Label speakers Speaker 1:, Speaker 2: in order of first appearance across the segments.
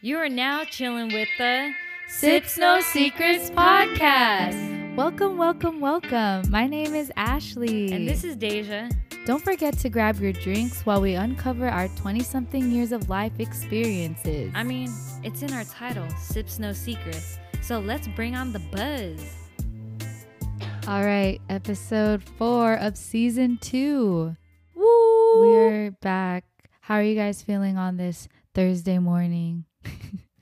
Speaker 1: You are now chilling with the Sips No Secrets podcast.
Speaker 2: Welcome, welcome, welcome. My name is Ashley.
Speaker 1: And this is Deja.
Speaker 2: Don't forget to grab your drinks while we uncover our 20 something years of life experiences.
Speaker 1: I mean, it's in our title, Sips No Secrets. So let's bring on the buzz.
Speaker 2: All right, episode four of season two.
Speaker 1: Woo!
Speaker 2: We're back. How are you guys feeling on this Thursday morning?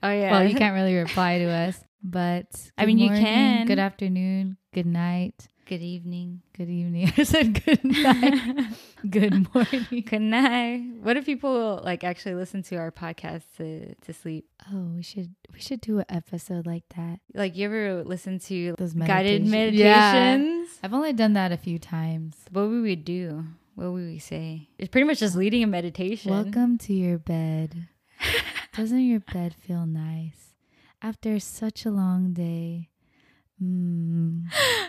Speaker 1: oh, yeah.
Speaker 2: Well, you can't really reply to us, but
Speaker 1: I
Speaker 2: good
Speaker 1: mean, you
Speaker 2: morning,
Speaker 1: can.
Speaker 2: Good afternoon, good night,
Speaker 1: Good evening.
Speaker 2: good evening. I said good night, good morning.
Speaker 1: Good night. What if people like actually listen to our podcast to, to sleep?
Speaker 2: Oh, we should we should do an episode like that.
Speaker 1: Like you ever listen to
Speaker 2: Those
Speaker 1: guided
Speaker 2: meditation-
Speaker 1: meditations?
Speaker 2: Yeah. I've only done that a few times.
Speaker 1: What would we do? What would we say? It's pretty much just leading a meditation.
Speaker 2: Welcome to your bed. Doesn't your bed feel nice after such a long day? Mm,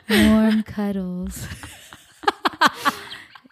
Speaker 2: warm cuddles.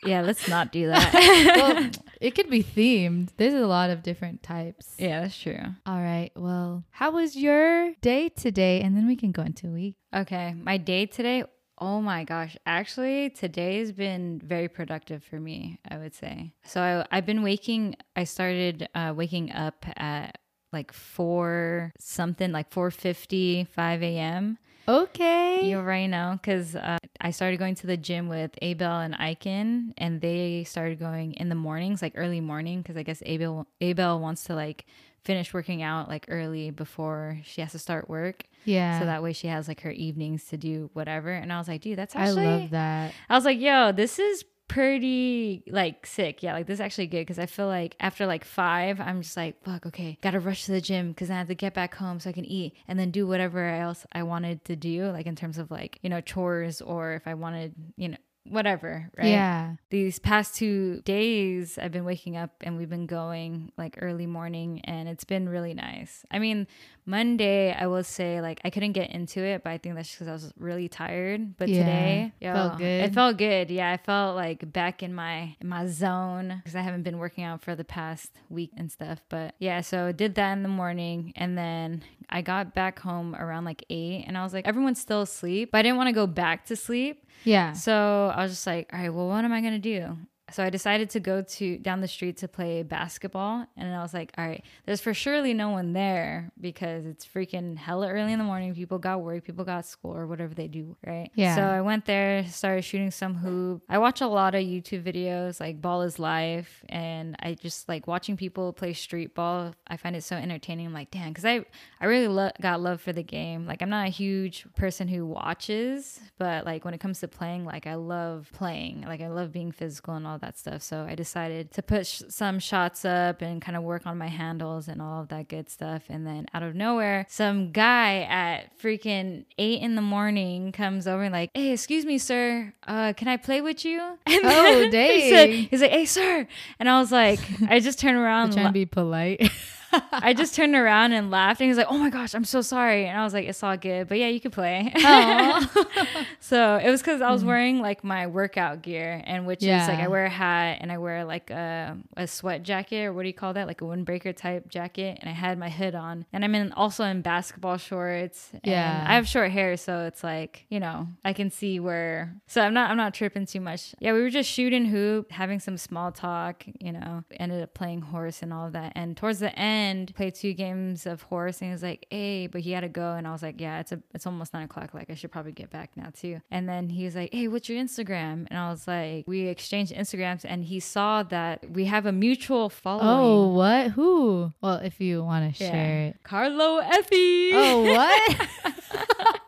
Speaker 1: Yeah, let's not do that.
Speaker 2: Well, it could be themed. There's a lot of different types.
Speaker 1: yeah, that's true.
Speaker 2: All right. Well, how was your day today? And then we can go into a week.
Speaker 1: Okay, my day today. Oh my gosh. Actually, today has been very productive for me, I would say. So I, I've been waking, I started uh, waking up at like 4 something, like 4.50, 5 a.m.
Speaker 2: Okay.
Speaker 1: You right now, because uh, I started going to the gym with Abel and Iken, and they started going in the mornings, like early morning, because I guess Abel Abel wants to like finish working out like early before she has to start work,
Speaker 2: yeah.
Speaker 1: so that way she has like her evenings to do whatever. And I was like, dude, that's
Speaker 2: I
Speaker 1: actually
Speaker 2: love that.
Speaker 1: I was like, yo, this is pretty like sick. Yeah, like this is actually good because I feel like after like five, I'm just like, fuck, okay, gotta rush to the gym because I have to get back home so I can eat and then do whatever else I wanted to do, like in terms of like, you know, chores or if I wanted, you know, whatever, right?
Speaker 2: Yeah.
Speaker 1: These past two days, I've been waking up and we've been going like early morning and it's been really nice. I mean, Monday, I will say like I couldn't get into it, but I think that's because I was really tired. But
Speaker 2: Yeah.
Speaker 1: today,
Speaker 2: Felt good.
Speaker 1: It felt good. Yeah, I felt like back in my in my zone because I haven't been working out for the past week and stuff. But yeah, so did that in the morning, and then I got back home around like eight, and I was like, everyone's still asleep, but I didn't want to go back to sleep.
Speaker 2: Yeah.
Speaker 1: So I was just like, all right, well, what am I gonna do? So I decided to go to down the street to play basketball, and I was like, all right, there's for surely no one there because it's freaking hella early in the morning. People got work, people got school or whatever they do, right?
Speaker 2: Yeah.
Speaker 1: So I went there, started shooting some hoop. I watch a lot of YouTube videos like Ball is Life, and I just like watching people play street ball. I find it so entertaining. I'm like, damn, because I I really lo- got love for the game. Like, I'm not a huge person who watches, but like when it comes to playing, like I love playing. Like, I love being physical and all that stuff. So I decided to put sh- some shots up and kind of work on my handles and all of that good stuff. And then out of nowhere, some guy at freaking eight in the morning comes over and like, hey, excuse me, sir, uh, can I play with you? And
Speaker 2: Oh,
Speaker 1: then he said,
Speaker 2: dang.
Speaker 1: he's like, hey, sir, and I was like, I just turned around,
Speaker 2: Trying to be polite.
Speaker 1: I just turned around and laughed, and he's like, "Oh my gosh, I'm so sorry." And I was like, "It's all good, but yeah, you can play."
Speaker 2: Oh,
Speaker 1: Oh, so it was because I was wearing like my workout gear, and which is like
Speaker 2: Mm-hmm. Yeah.
Speaker 1: I wear a hat and I wear like a, a sweat jacket or what do you call that, like a windbreaker type jacket, and I had my hood on, and I'm in also in basketball shorts. and
Speaker 2: Yeah.
Speaker 1: I have short hair, so it's like you know I can see where. So I'm not I'm not tripping too much. Yeah, we were just shooting hoop, having some small talk. You know, ended up playing horse and all of that. And towards the end, played two games of horse, and he was like, "Hey," but he had to go, and I was like, "Yeah, it's a it's almost nine o'clock. Like I should probably get back now too." And then he was like, "Hey, what's your Instagram?" And I was like, "We exchanged Instagrams," and he saw that we have a mutual
Speaker 2: Oh,
Speaker 1: following.
Speaker 2: what? Who? Well, if you want to
Speaker 1: Yeah.
Speaker 2: share it.
Speaker 1: Carlo Effie.
Speaker 2: Oh, what?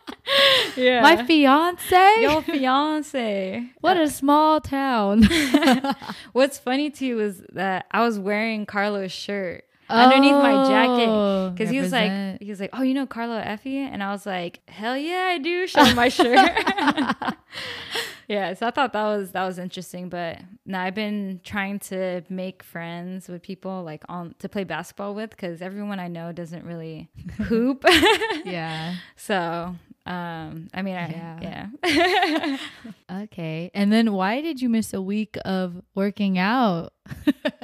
Speaker 1: yeah.
Speaker 2: My fiance?
Speaker 1: Your fiance.
Speaker 2: what a small town.
Speaker 1: What's funny too is that I was wearing Carlo's shirt underneath my
Speaker 2: Oh,
Speaker 1: jacket because he was like,
Speaker 2: represent.
Speaker 1: he was like, oh, you know Carlo Effie, and I was like, hell yeah, I do. Show my shirt. yeah, so I thought that was that was interesting. But now I've been trying to make friends with people like on to play basketball with because everyone I know doesn't really hoop.
Speaker 2: yeah.
Speaker 1: so. Um, I mean, I, yeah.
Speaker 2: Yeah. Okay. And then why did you miss a week of working out?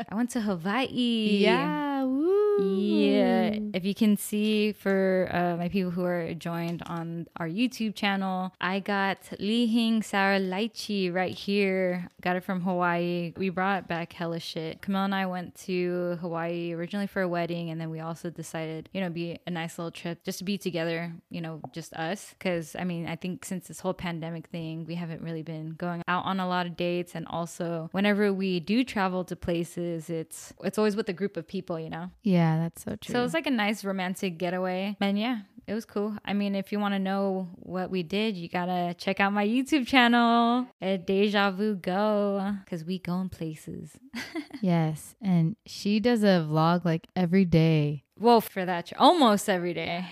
Speaker 1: I went to Hawaii.
Speaker 2: Yeah. Woo.
Speaker 1: Yeah, if you can see for uh, my people who are joined on our YouTube channel, I got Lihing sour lychee right here. Got it from Hawaii. We brought back hella shit. Camille and I went to Hawaii originally for a wedding, and then we also decided, you know, be a nice little trip just to be together, you know, just us. Because I mean, I think since this whole pandemic thing, we haven't really been going out on a lot of dates, and also whenever we do travel to places, it's it's always with a group of people, you know.
Speaker 2: Yeah, that's so true.
Speaker 1: So it was like a nice romantic getaway. And yeah, it was cool. I mean, if you want to know what we did, you gotta check out my YouTube channel at Deja Vu Go, cause we going places.
Speaker 2: yes, and she does a vlog like every day.
Speaker 1: Well, for that, tr- almost every day.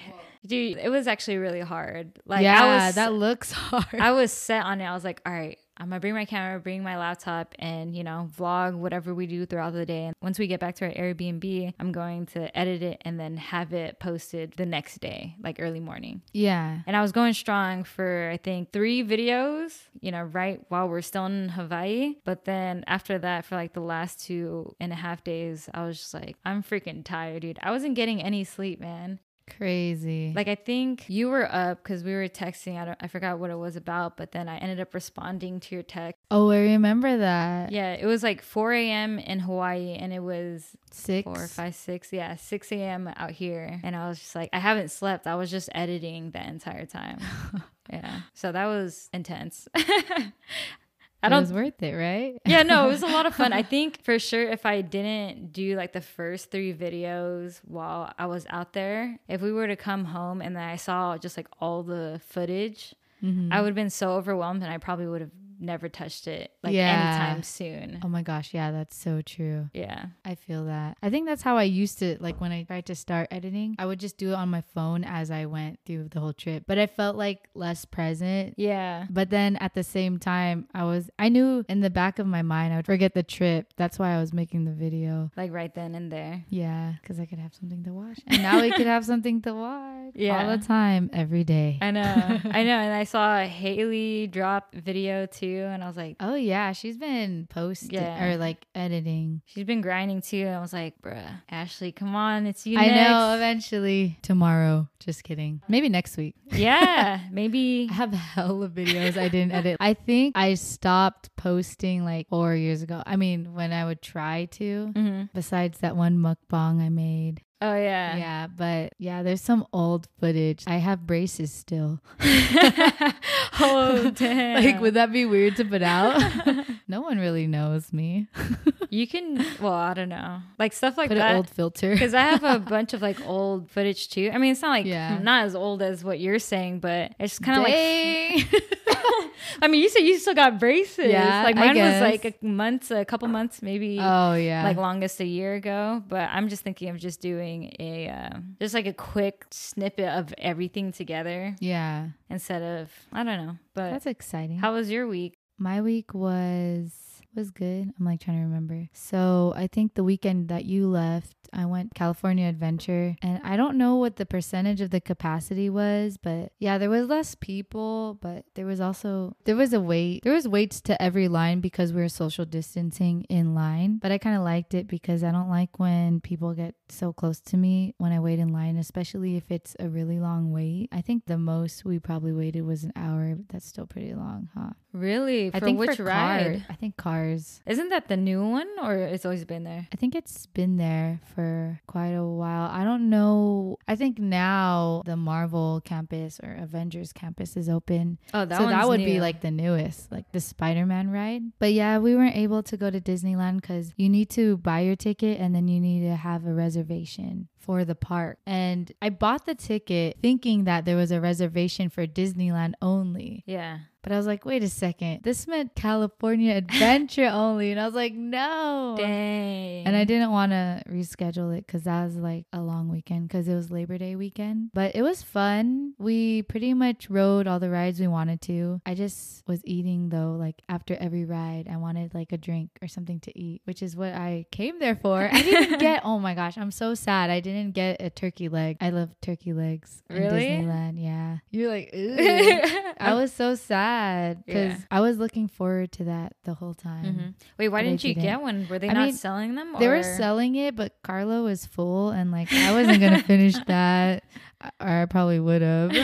Speaker 1: Dude, it was actually really hard. Like,
Speaker 2: yeah,
Speaker 1: I was,
Speaker 2: that looks hard.
Speaker 1: I was set on it. I was like, all right, I'm gonna bring my camera, bring my laptop, and you know, vlog whatever we do throughout the day. And once we get back to our Airbnb, I'm going to edit it and then have it posted the next day, like early morning.
Speaker 2: yeah,
Speaker 1: And I was going strong for I think three videos, you know, right while we're still in Hawaii. But then after that, for like the last two and a half days, I was just like, I'm freaking tired, dude. I wasn't getting any sleep, man.
Speaker 2: crazy.
Speaker 1: Like I think you were up because we were texting. I don't, I forgot what it was about, but then I ended up responding to your text.
Speaker 2: oh, I remember that.
Speaker 1: Yeah, it was like 4 a.m. in Hawaii, and it was
Speaker 2: Six.
Speaker 1: four, five, six. Yeah, 6 a.m. out here, and I was just like, I haven't slept. I was just editing the entire time. yeah, so that was intense. I
Speaker 2: It
Speaker 1: don't
Speaker 2: was worth it, right?
Speaker 1: yeah, no, it was a lot of fun. I think for sure if I didn't do like the first three videos while I was out there, if we were to come home and then I saw just like all the footage,
Speaker 2: Mm-hmm.
Speaker 1: I would have been so overwhelmed and I probably would have never touched it like
Speaker 2: Yeah.
Speaker 1: anytime soon.
Speaker 2: Oh my gosh, yeah, that's so true.
Speaker 1: Yeah.
Speaker 2: I feel that. I think that's how I used to like when I tried to start editing. I would just do it on my phone as I went through the whole trip, but I felt like less present
Speaker 1: Yeah.
Speaker 2: But then at the same time, I was I knew in the back of my mind I would forget the trip. That's why I was making the video.
Speaker 1: Like right then and there.
Speaker 2: Yeah, because I could have something to watch, and now we could have something to watch
Speaker 1: Yeah.
Speaker 2: all the time, every day.
Speaker 1: I know. I know. And I saw a Haley drop video too and I was like,
Speaker 2: oh yeah, she's been posting
Speaker 1: Yeah.
Speaker 2: or like editing.
Speaker 1: she's been grinding too. And I was like, bruh, Ashley, come on, it's you
Speaker 2: I
Speaker 1: next.
Speaker 2: know. Eventually, tomorrow. Just kidding. Maybe next week.
Speaker 1: yeah. Maybe
Speaker 2: I have hella videos I didn't edit. I think I stopped posting like four years ago. I mean, when I would try to.
Speaker 1: hmm
Speaker 2: Besides that one mukbang I made.
Speaker 1: Oh yeah.
Speaker 2: Yeah, but yeah, there's some old footage. I have braces still.
Speaker 1: oh damn.
Speaker 2: Like, would that be weird to put out? no one really knows me.
Speaker 1: you can well, I don't know. Like stuff like
Speaker 2: put
Speaker 1: that.
Speaker 2: an old filter.
Speaker 1: because I have a bunch of like old footage too. I mean, it's not like
Speaker 2: Yeah.
Speaker 1: not as old as what you're saying, but it's kind of like.
Speaker 2: Dang.
Speaker 1: I mean, you said you still got braces.
Speaker 2: Yeah,
Speaker 1: like
Speaker 2: I
Speaker 1: mine was
Speaker 2: guess.
Speaker 1: like a month, a couple months, maybe
Speaker 2: oh yeah.
Speaker 1: like longest a year ago. But I'm just thinking of just doing a um, just like a quick snippet of everything together
Speaker 2: yeah.
Speaker 1: instead of I don't know. But
Speaker 2: That's exciting.
Speaker 1: how was your week?
Speaker 2: My week was was good. I'm like trying to remember. So I think the weekend that you left, I went California Adventure, and I don't know what the percentage of the capacity was, but yeah, there was less people, but there was also there was a wait. There was waits to every line because we were social distancing in line. But I kind of liked it because I don't like when people get so close to me when I wait in line, especially if it's a really long wait. I think the most we probably waited was an hour. But that's still pretty long, huh?
Speaker 1: Really? For
Speaker 2: I think
Speaker 1: which
Speaker 2: for
Speaker 1: ride?
Speaker 2: Car, I think cars.
Speaker 1: Isn't that the new one, or it's always been there?
Speaker 2: I think it's been there for quite a while. I don't know. I think now the Marvel campus or Avengers campus is open.
Speaker 1: Oh, that
Speaker 2: so that would be like the newest, like the Spider Man ride. But yeah, we weren't able to go to Disneyland because you need to buy your ticket and then you need to have a reservation for the park. And I bought the ticket thinking that there was a reservation for Disneyland only.
Speaker 1: yeah.
Speaker 2: But I was like, wait a second, this meant California Adventure only. And I was like, no.
Speaker 1: Dang.
Speaker 2: And I didn't want to reschedule it because that was like a long weekend because it was Labor Day weekend. But it was fun. We pretty much rode all the rides we wanted to. I just was eating though, like after every ride, I wanted like a drink or something to eat, which is what I came there for. I didn't get, oh my gosh, I'm so sad. I didn't didn't get a turkey leg. I love turkey legs in
Speaker 1: Really?
Speaker 2: Disneyland. Yeah, you're like, ooh. I
Speaker 1: I
Speaker 2: was so sad
Speaker 1: Uh,
Speaker 2: because
Speaker 1: Yeah.
Speaker 2: I was looking forward to that the whole time.
Speaker 1: Mhm. Wait, why
Speaker 2: But I
Speaker 1: didn't you get
Speaker 2: didn't.
Speaker 1: one? Were they
Speaker 2: I
Speaker 1: not
Speaker 2: mean,
Speaker 1: selling them?
Speaker 2: They
Speaker 1: or-
Speaker 2: were selling it, but Carlo was full, and like I wasn't gonna finish that, or I probably would have.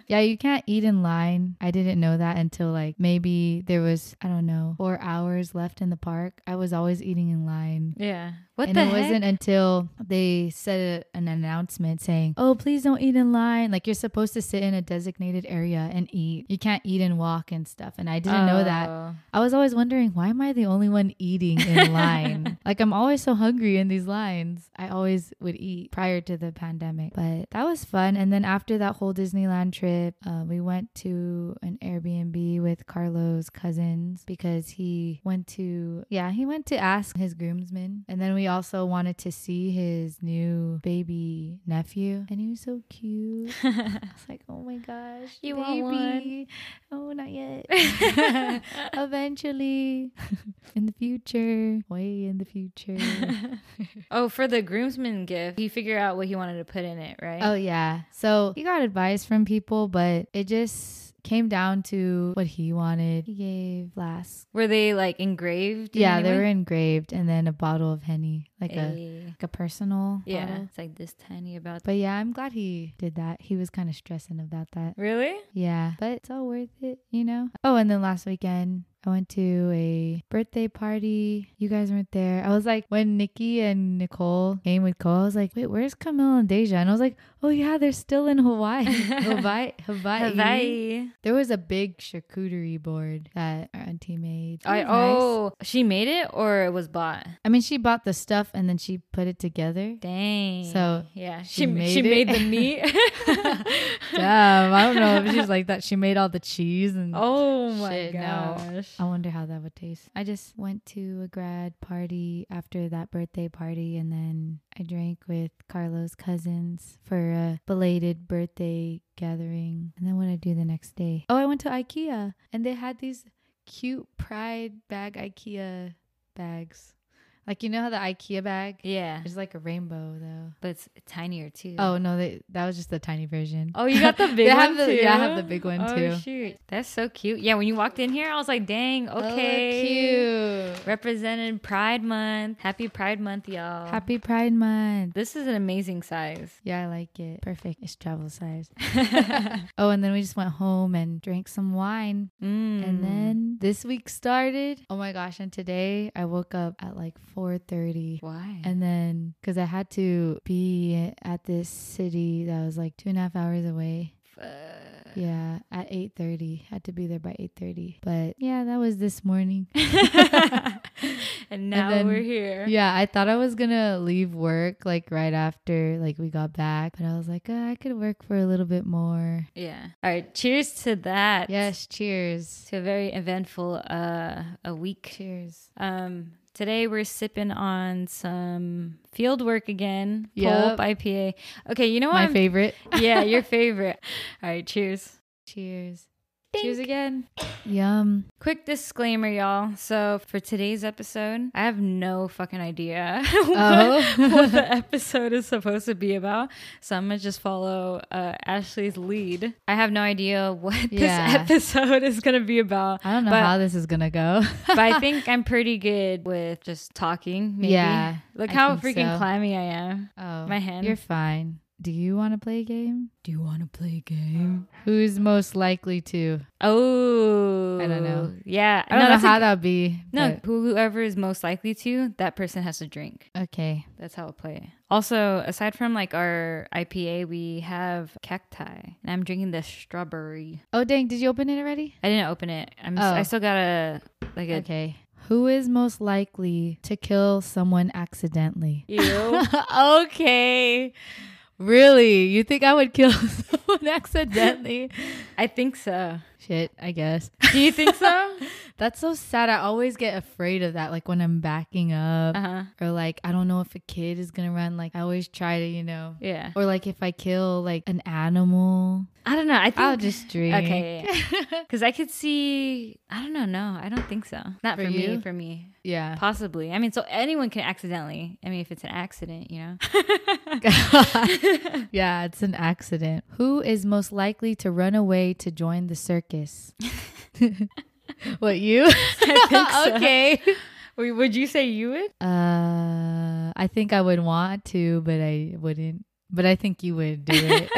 Speaker 2: yeah, you can't eat in line. I didn't know that until like maybe there was I don't know four hours left in the park. I was always eating in line.
Speaker 1: Yeah. What
Speaker 2: and
Speaker 1: the
Speaker 2: it
Speaker 1: heck?
Speaker 2: wasn't until they said a, an announcement saying, "Oh, please don't eat in line. Like you're supposed to sit in a designated area and eat. You can't eat and walk and stuff." And I didn't know that.
Speaker 1: Oh.
Speaker 2: I was always wondering, why am I the only one eating in line? like I'm always so hungry in these lines. I always would eat prior to the pandemic. But that was fun. And then after that whole Disneyland trip, uh, we went to an Airbnb with Carlos' cousins because he went to yeah, he went to ask his groomsmen. And then we also wanted to see his new baby nephew. And he was so cute. I was like, oh my gosh,
Speaker 1: You want
Speaker 2: baby. Oh, not yet.
Speaker 1: Oh.
Speaker 2: Eventually, in the future, way in the future.
Speaker 1: oh, for the groomsman gift, he figured out what he wanted to put in it, right?
Speaker 2: oh yeah. So he got advice from people, but it just came down to what he wanted. He gave flask.
Speaker 1: Were they like engraved? in
Speaker 2: Yeah,
Speaker 1: any
Speaker 2: they
Speaker 1: way?
Speaker 2: were engraved, and then a bottle of henny, like a
Speaker 1: Ay.
Speaker 2: like a personal.
Speaker 1: Eh, yeah,
Speaker 2: bottle.
Speaker 1: it's like this tiny about.
Speaker 2: But yeah, I'm glad he did that. He was kind of stressing about that.
Speaker 1: really?
Speaker 2: Yeah, but it's all worth it, you know? Oh, and then last weekend, I went to a birthday party. You guys weren't there. I was like, when Nikki and Nicole came with Cole, I was like, wait, where's Camille and Deja? And I was like, oh, yeah, they're still in Hawaii. Hawaii. Hawaii.
Speaker 1: Hawaii.
Speaker 2: There was a big charcuterie board that our auntie made. It
Speaker 1: I,
Speaker 2: was nice.
Speaker 1: oh, she made it or it was bought?
Speaker 2: I mean, she bought the stuff and then she put it together.
Speaker 1: Dang.
Speaker 2: So,
Speaker 1: yeah,
Speaker 2: she
Speaker 1: she
Speaker 2: made
Speaker 1: she
Speaker 2: it.
Speaker 1: made the meat.
Speaker 2: Damn, I don't know if she's like that. She made all the cheese and
Speaker 1: oh my
Speaker 2: Shit, no. Oh.
Speaker 1: gosh.
Speaker 2: I wonder how that would taste. I just went to a grad party after that birthday party, and then I drank with Carlos' cousins for a belated birthday gathering. And then what I do the next day? Oh, I went to IKEA, and they had these cute Pride bag IKEA bags. Like you know how the IKEA bag
Speaker 1: Yeah,
Speaker 2: is like a rainbow though.
Speaker 1: but it's tinier too.
Speaker 2: Oh no, they, that was just the tiny version.
Speaker 1: Oh, you got the big
Speaker 2: They
Speaker 1: one
Speaker 2: have the-
Speaker 1: too.
Speaker 2: yeah, I have the big one
Speaker 1: one
Speaker 2: too.
Speaker 1: shoot, that's so cute. Yeah, when you walked in here, I was like, dang, okay,
Speaker 2: Oh, cute.
Speaker 1: Represented Pride Month. Happy Pride Month, y'all.
Speaker 2: Happy Pride Month.
Speaker 1: This is an amazing size.
Speaker 2: Yeah, I like it. Perfect. It's travel size. oh, and then we just went home and drank some wine.
Speaker 1: Mm.
Speaker 2: And then this week started. Oh my gosh, and today I woke up at like 4:30.
Speaker 1: why?
Speaker 2: And then, because I had to be at this city that was like two and a half hours away,
Speaker 1: Fuck.
Speaker 2: yeah, at eight thirty, had to be there by eight thirty. But yeah, that was this morning.
Speaker 1: and now
Speaker 2: then-
Speaker 1: we're here.
Speaker 2: Yeah, I thought I was gonna leave work like right after like we got back, but I was like, "Uh, I could work for a little bit more.
Speaker 1: Yeah. All right. Cheers to that.
Speaker 2: Yes, cheers.
Speaker 1: To a very eventful uh a week.
Speaker 2: Cheers.
Speaker 1: Um today we're sipping on some field work again.
Speaker 2: Yup.
Speaker 1: Pulp IPA. Okay, you know what?
Speaker 2: My
Speaker 1: I'm-
Speaker 2: favorite.
Speaker 1: yeah, your favorite. All right, cheers.
Speaker 2: Cheers.
Speaker 1: Cheers again.
Speaker 2: Yum.
Speaker 1: Quick disclaimer, y'all. So for today's episode, I have no fucking idea
Speaker 2: Oh.
Speaker 1: what, what the episode is supposed to be about. So I'm gonna just follow uh, Ashley's lead. I have no idea what
Speaker 2: Yeah.
Speaker 1: this episode is gonna be about.
Speaker 2: I don't know
Speaker 1: But-
Speaker 2: how this is gonna go.
Speaker 1: but I think I'm pretty good with just talking. Maybe.
Speaker 2: Yeah,
Speaker 1: Look
Speaker 2: I
Speaker 1: how
Speaker 2: think
Speaker 1: freaking
Speaker 2: so.
Speaker 1: clammy I am.
Speaker 2: Oh,
Speaker 1: My hand.
Speaker 2: You're fine. Do you want to play a game? Do you want to play a game? Who's most likely to?
Speaker 1: Oh,
Speaker 2: I don't know.
Speaker 1: Yeah,
Speaker 2: I don't know
Speaker 1: that's a-
Speaker 2: how that'd be.
Speaker 1: No, whoever is most likely to, that person has to drink.
Speaker 2: but- okay.
Speaker 1: That's how we'll play it. Also, aside from like our IPA, we have cacti, and I'm drinking the strawberry.
Speaker 2: Oh dang! Did you open it already?
Speaker 1: I didn't open it. I'm.
Speaker 2: Oh.
Speaker 1: I still got a like a.
Speaker 2: Okay. Who is most likely to kill someone accidentally?
Speaker 1: Ew.
Speaker 2: okay. Really? You think I would kill someone accidentally?
Speaker 1: I think so.
Speaker 2: Shit, I guess.
Speaker 1: Do you think so?
Speaker 2: That's so sad. I always get afraid of that, like when I'm backing up
Speaker 1: uh huh.
Speaker 2: or like I don't know if a kid is gonna run. Like I always try to, you know,
Speaker 1: Yeah.
Speaker 2: or like if I kill like an animal,
Speaker 1: I don't know. I think
Speaker 2: I'll just drink.
Speaker 1: Okay, because I could see. I don't know. No, I don't think so. Not
Speaker 2: For
Speaker 1: for, me.
Speaker 2: you?
Speaker 1: For me,
Speaker 2: yeah.
Speaker 1: possibly. I mean, so anyone can accidentally. I mean, if it's an accident, you know.
Speaker 2: yeah, it's an accident. Who is most likely to run away to join the circus? what you?
Speaker 1: I think so.
Speaker 2: okay.
Speaker 1: Wait, Would you say you would?
Speaker 2: Uh, I think I would want to, but I wouldn't. But I think you would do it.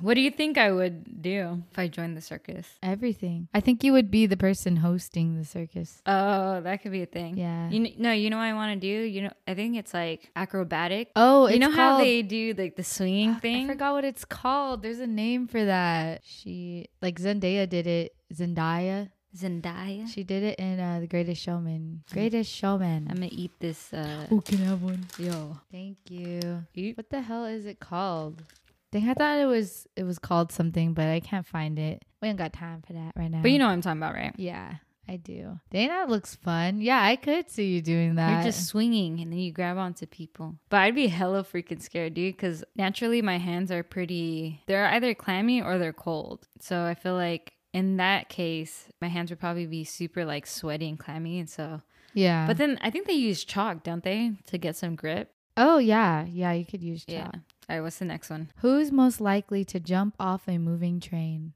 Speaker 1: What do you think I would do if I joined the circus?
Speaker 2: Everything. I think you would be the person hosting the circus.
Speaker 1: Oh, that could be a thing.
Speaker 2: Yeah.
Speaker 1: You know, no, you know what I want to do? You know, I think it's like acrobatic.
Speaker 2: Oh, it's
Speaker 1: you know how
Speaker 2: called-
Speaker 1: they do like the swinging
Speaker 2: I
Speaker 1: thing?
Speaker 2: forgot what it's called. There's a name for that. She like Zendaya did it. Zendaya.
Speaker 1: Zendaya.
Speaker 2: She did it in uh, The Greatest Showman. Greatest Showman.
Speaker 1: Mm. I'm gonna eat this. Uh,
Speaker 2: Who can have one?
Speaker 1: yo,
Speaker 2: Thank you.
Speaker 1: eat.
Speaker 2: What the hell is it called? Dang, I thought it was it was called something, but I can't find it. We ain't got time for that right now.
Speaker 1: But you know what I'm talking about, right?
Speaker 2: Yeah, I do. Dang, that looks fun. Yeah, I could see you doing that.
Speaker 1: You're just swinging and then you grab onto people. But I'd be hella freaking scared, dude, because naturally my hands are pretty, they're either clammy or they're cold. So I feel like in that case, my hands would probably be super like sweaty and clammy. And so,
Speaker 2: yeah.
Speaker 1: but then I think they use chalk, don't they, to get some grip?
Speaker 2: oh yeah, yeah, you could use
Speaker 1: Yeah.
Speaker 2: chalk.
Speaker 1: All right, what's the next one?
Speaker 2: Who's most likely to jump off a moving train?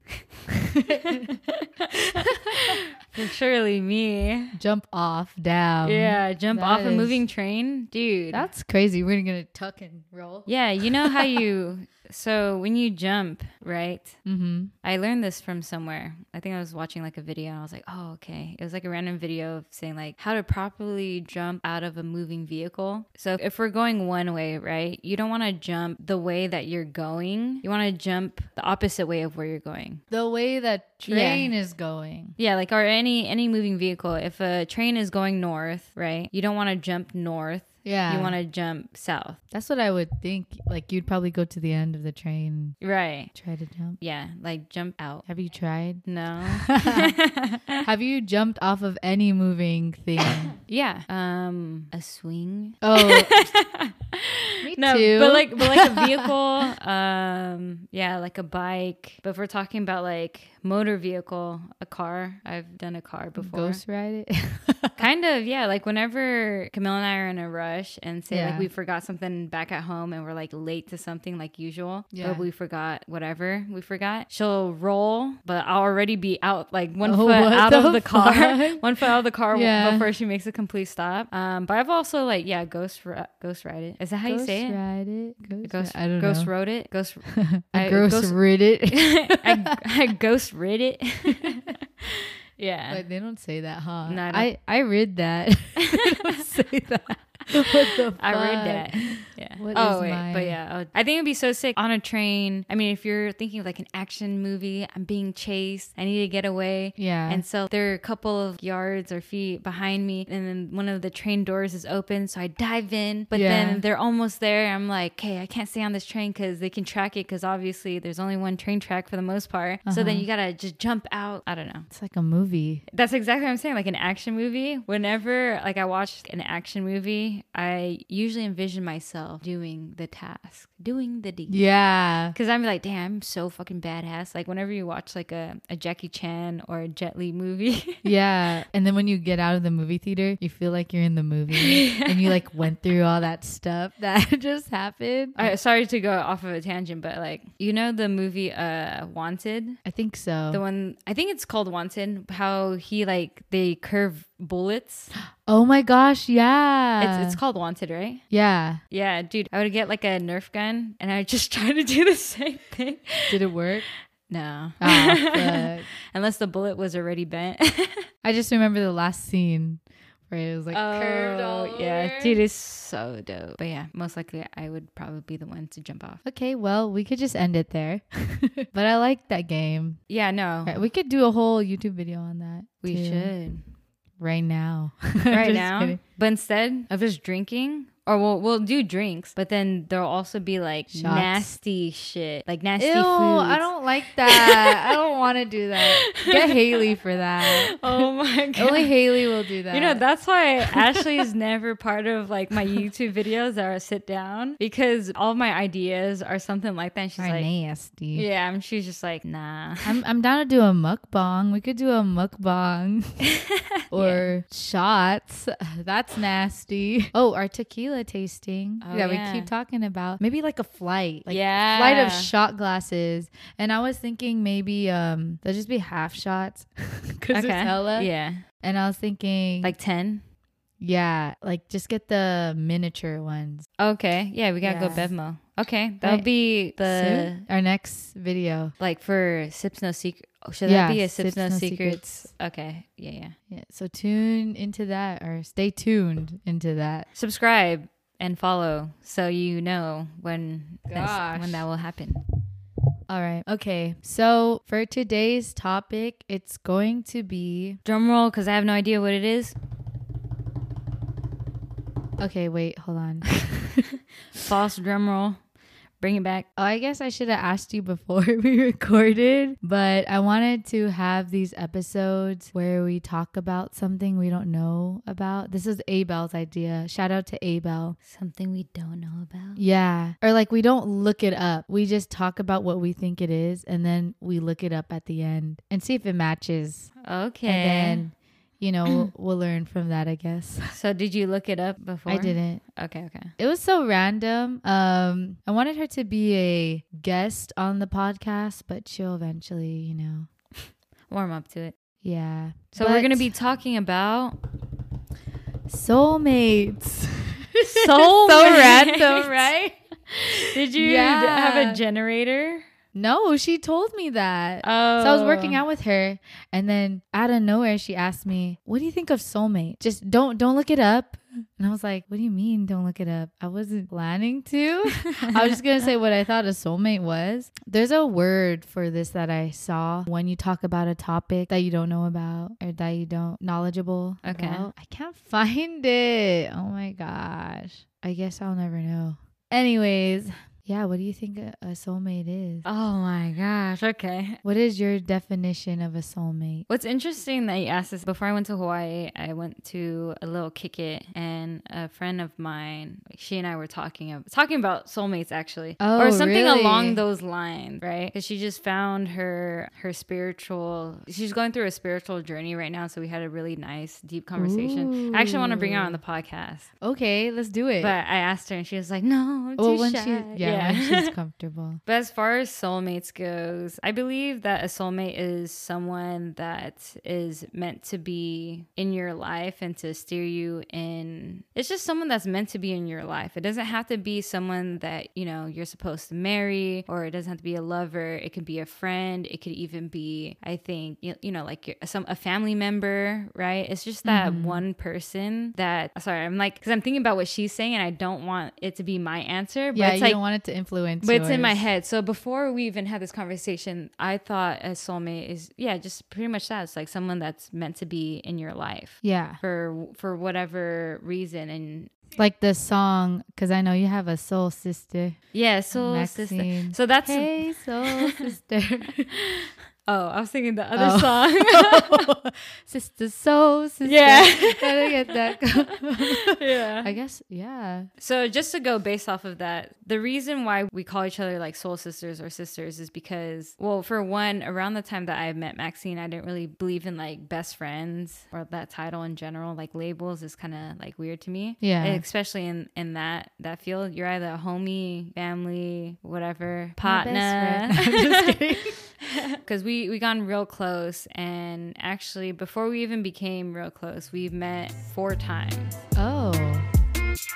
Speaker 1: Surely me.
Speaker 2: Jump off, down.
Speaker 1: yeah, jump
Speaker 2: Um, that
Speaker 1: off a
Speaker 2: is-
Speaker 1: moving train, dude.
Speaker 2: That's crazy. We're gonna tuck and roll.
Speaker 1: yeah, you know how you. So when you jump, right?
Speaker 2: Mm-hmm.
Speaker 1: I learned this from somewhere. I think I was watching like a video and I was like, oh, okay. It was like a random video of saying like how to properly jump out of a moving vehicle. So if we're going one way, right, you don't want to jump the way that you're going. You want to jump the opposite way of where you're going.
Speaker 2: The way that train is going.
Speaker 1: Yeah, like or any any moving vehicle. If a train is going north, right, you don't want to jump north.
Speaker 2: Yeah.
Speaker 1: You want to jump south.
Speaker 2: That's what I would think. Like you'd probably go to the end of the train,
Speaker 1: Right.
Speaker 2: try to jump.
Speaker 1: Yeah, like jump out.
Speaker 2: Have you tried?
Speaker 1: No.
Speaker 2: Have you jumped off of any moving thing?
Speaker 1: yeah. Um a swing.
Speaker 2: Oh, me
Speaker 1: no,
Speaker 2: too.
Speaker 1: but like, but like a vehicle, um, yeah, like a bike. But if we're talking about like motor vehicle, a car, I've done a car before.
Speaker 2: ghost ride it.
Speaker 1: Kind of, yeah. Like whenever Camille and I are in a rush and say
Speaker 2: Yeah.
Speaker 1: like we forgot something back at home and we're like late to something like usual,
Speaker 2: Yeah.
Speaker 1: but we forgot whatever we forgot. She'll roll, but I'll already be out like one
Speaker 2: Oh,
Speaker 1: foot
Speaker 2: what
Speaker 1: out
Speaker 2: the
Speaker 1: of the car,
Speaker 2: fuck?
Speaker 1: one foot out of the car
Speaker 2: Yeah.
Speaker 1: before she makes a complete stop. Um, but I've also like yeah, ghost ri- ghost ride it. Is that how you
Speaker 2: ghost
Speaker 1: say it?
Speaker 2: ride it. Ghost,
Speaker 1: Ghost,
Speaker 2: I don't
Speaker 1: ghost
Speaker 2: know.
Speaker 1: wrote it. Ghost,
Speaker 2: I
Speaker 1: I-
Speaker 2: ghost,
Speaker 1: ghost-
Speaker 2: rid it.
Speaker 1: I, I ghost rid it. yeah.
Speaker 2: But they don't say that, huh?
Speaker 1: No, I don't-
Speaker 2: I, I read that. They don't say that. What the
Speaker 1: I
Speaker 2: fuck?
Speaker 1: read that. Yeah.
Speaker 2: What
Speaker 1: oh
Speaker 2: is
Speaker 1: wait,
Speaker 2: my-
Speaker 1: but yeah, I would- I think it'd be so sick on a train. I mean, if you're thinking of like an action movie, I'm being chased, I need to get away.
Speaker 2: Yeah.
Speaker 1: And so there are a couple of yards or feet behind me, and then one of the train doors is open, so I dive in. But
Speaker 2: Yeah.
Speaker 1: then they're almost there. I'm like, okay, I can't stay on this train because they can track it. Because obviously, there's only one train track for the most part. So
Speaker 2: Uh-huh.
Speaker 1: then you gotta just jump out. I don't know.
Speaker 2: it's like a movie.
Speaker 1: That's exactly what I'm saying. Like an action movie. Whenever like I watch an action movie, I usually envision myself doing the task, doing the deed.
Speaker 2: Yeah.
Speaker 1: Cause I'm like, damn, I'm so fucking badass. Like whenever you watch like a, a Jackie Chan or a Jet Li movie.
Speaker 2: Yeah. And then when you get out of the movie theater, you feel like you're in the movie and you like went through all that stuff that just happened.
Speaker 1: All right, sorry to go off of a tangent, but like you know the movie uh Wanted?
Speaker 2: I think so.
Speaker 1: The one I think it's called Wanted, how he like they curve bullets.
Speaker 2: oh my gosh. Yeah.
Speaker 1: It's it's called Wanted, right?
Speaker 2: yeah.
Speaker 1: Yeah, dude, I would get like a Nerf gun and I would just try to do the same thing.
Speaker 2: Did it work?
Speaker 1: No.
Speaker 2: Ah, fuck.
Speaker 1: Unless the bullet was already bent.
Speaker 2: I just remember the last scene where it was like curved all
Speaker 1: Oh, yeah.
Speaker 2: over.
Speaker 1: Dude, it's so dope. But yeah, most likely I would probably be the one to jump off.
Speaker 2: Okay, well, we could just end it there. but I like that game.
Speaker 1: Yeah, no.
Speaker 2: Right, we could do a whole YouTube video on that.
Speaker 1: We
Speaker 2: too.
Speaker 1: should.
Speaker 2: Right now.
Speaker 1: Right now. But instead of just drinking, or we'll we'll do drinks, but then there'll also be like
Speaker 2: Shots.
Speaker 1: nasty shit, like nasty
Speaker 2: Ew,
Speaker 1: food.
Speaker 2: I don't like that. I don't want to do that. Get Haley for that.
Speaker 1: Oh my god.
Speaker 2: Only Haley will do that.
Speaker 1: You know, that's why Ashley is never part of like my YouTube videos that are sit down because all my ideas are something like that. And she's
Speaker 2: Are
Speaker 1: like,
Speaker 2: nasty.
Speaker 1: yeah, and she's just like, nah.
Speaker 2: I'm I'm down to do a mukbang. We could do a mukbang or shots. That's nasty. Oh, our tequila tasting
Speaker 1: Oh,
Speaker 2: that
Speaker 1: yeah.
Speaker 2: we keep talking about. Maybe like a flight, like
Speaker 1: Yeah.
Speaker 2: a flight of shot glasses. And I was thinking maybe um they'll just be half shots because it's hella.
Speaker 1: Yeah,
Speaker 2: And I was thinking like
Speaker 1: like ten.
Speaker 2: yeah, like just get the miniature ones.
Speaker 1: Okay, yeah, we gotta go
Speaker 2: Yeah.
Speaker 1: Bevmo. Okay, that'll
Speaker 2: Right.
Speaker 1: be the
Speaker 2: Soon? our next video.
Speaker 1: like for sips no secret. Should
Speaker 2: Yeah,
Speaker 1: that be a sips,
Speaker 2: Sips
Speaker 1: no,
Speaker 2: No
Speaker 1: secrets? Okay, yeah, yeah.
Speaker 2: Yeah, so tune into that or stay tuned into that.
Speaker 1: Subscribe and follow so you know when that's,
Speaker 2: Gosh.
Speaker 1: when that will happen.
Speaker 2: All right. Okay. So for today's topic, it's going to be.
Speaker 1: Drum roll, because I have no idea what it is.
Speaker 2: Okay, wait, hold on.
Speaker 1: False drum roll. Bring it back.
Speaker 2: Oh, I guess I should have asked you before we recorded, but I wanted to have these episodes where we talk about something we don't know about. This is Abel's idea. Shout out to Abel.
Speaker 1: Something we don't know about.
Speaker 2: Yeah. Or like we don't look it up. We just talk about what we think it is and then we look it up at the end and see if it matches.
Speaker 1: Okay.
Speaker 2: And then, you know, we'll, we'll learn from that, I guess.
Speaker 1: so did you look it up before?
Speaker 2: I didn't.
Speaker 1: Okay, okay.
Speaker 2: It was so random. Um, I wanted her to be a guest on the podcast, but she'll eventually, you know,
Speaker 1: Warm up to it.
Speaker 2: yeah.
Speaker 1: So we're
Speaker 2: But
Speaker 1: gonna be talking about
Speaker 2: soulmates.
Speaker 1: soul.
Speaker 2: so random, right?
Speaker 1: Did you
Speaker 2: Yeah.
Speaker 1: d- have a generator?
Speaker 2: No, she told me that.
Speaker 1: Oh,
Speaker 2: So I was working out with her, and then out of nowhere, she asked me, "What do you think of soulmate? Just don't don't look it up." And I was like, "What do you mean, don't look it up? I wasn't planning to. I was just gonna say what I thought a soulmate was. There's a word for this that I saw when you talk about a topic that you don't know about or that you don't knowledgeable.
Speaker 1: Okay.
Speaker 2: about. I can't find it. Oh my gosh. I guess I'll never know. Anyways, yeah. What do you think a, a soulmate is?
Speaker 1: Oh my gosh. Okay.
Speaker 2: What is your definition of a soulmate?
Speaker 1: What's interesting that you asked this before I went to Hawaii, I went to a little kick it and a friend of mine, like she and I were talking of talking about soulmates actually.
Speaker 2: Oh,
Speaker 1: or something
Speaker 2: really?
Speaker 1: along those lines, right? Cuz she just found her her spiritual she's going through a spiritual journey right now, so we had a really nice deep conversation. I actually want to bring her on the podcast.
Speaker 2: Okay, let's do it.
Speaker 1: But I asked her and she was like, "No, I'm
Speaker 2: well,
Speaker 1: too
Speaker 2: when
Speaker 1: shy."
Speaker 2: she, yeah, when she's comfortable.
Speaker 1: But as far as soulmates goes, I believe that a soulmate is someone that is meant to be in your life and to steer you in. It's just someone that's meant to be in your life. It doesn't have to be someone that, you know, you're supposed to marry or it doesn't have to be a lover. It could be a friend. It could even be, I think, you, you know, like your, some a family member, right? It's just that
Speaker 2: Mm-hmm.
Speaker 1: one person that sorry, I'm like cuz I'm thinking about what she's saying and I don't want it to be my answer, but
Speaker 2: Yeah,
Speaker 1: it's
Speaker 2: you
Speaker 1: like
Speaker 2: don't want it to influence.
Speaker 1: but it's in my
Speaker 2: yours.
Speaker 1: head. So before we even had this conversation, I thought a soulmate is yeah, just pretty much that. It's like someone that's meant to be in your life
Speaker 2: Yeah,
Speaker 1: for for whatever reason. And
Speaker 2: like the song, because I know you have a soul sister.
Speaker 1: yeah, soul sister.
Speaker 2: Maxine.
Speaker 1: So that's
Speaker 2: Hey, soul sister,
Speaker 1: oh, I was thinking the other
Speaker 2: Oh.
Speaker 1: song.
Speaker 2: sister, soul sister.
Speaker 1: Yeah.
Speaker 2: gotta get that.
Speaker 1: yeah.
Speaker 2: I guess, yeah.
Speaker 1: So just to go based off of that, the reason why we call each other like soul sisters or sisters is because, well, for one, around the time that I met Maxine, I didn't really believe in like best friends or that title in general. Like labels is kind of like weird to me.
Speaker 2: Yeah.
Speaker 1: especially in in that that field, you're either a homie, family, whatever,
Speaker 2: My
Speaker 1: partner.
Speaker 2: best friend. I'm just kidding.
Speaker 1: because we we gotten real close, and actually before we even became real close, we met four times.
Speaker 2: Oh.
Speaker 1: I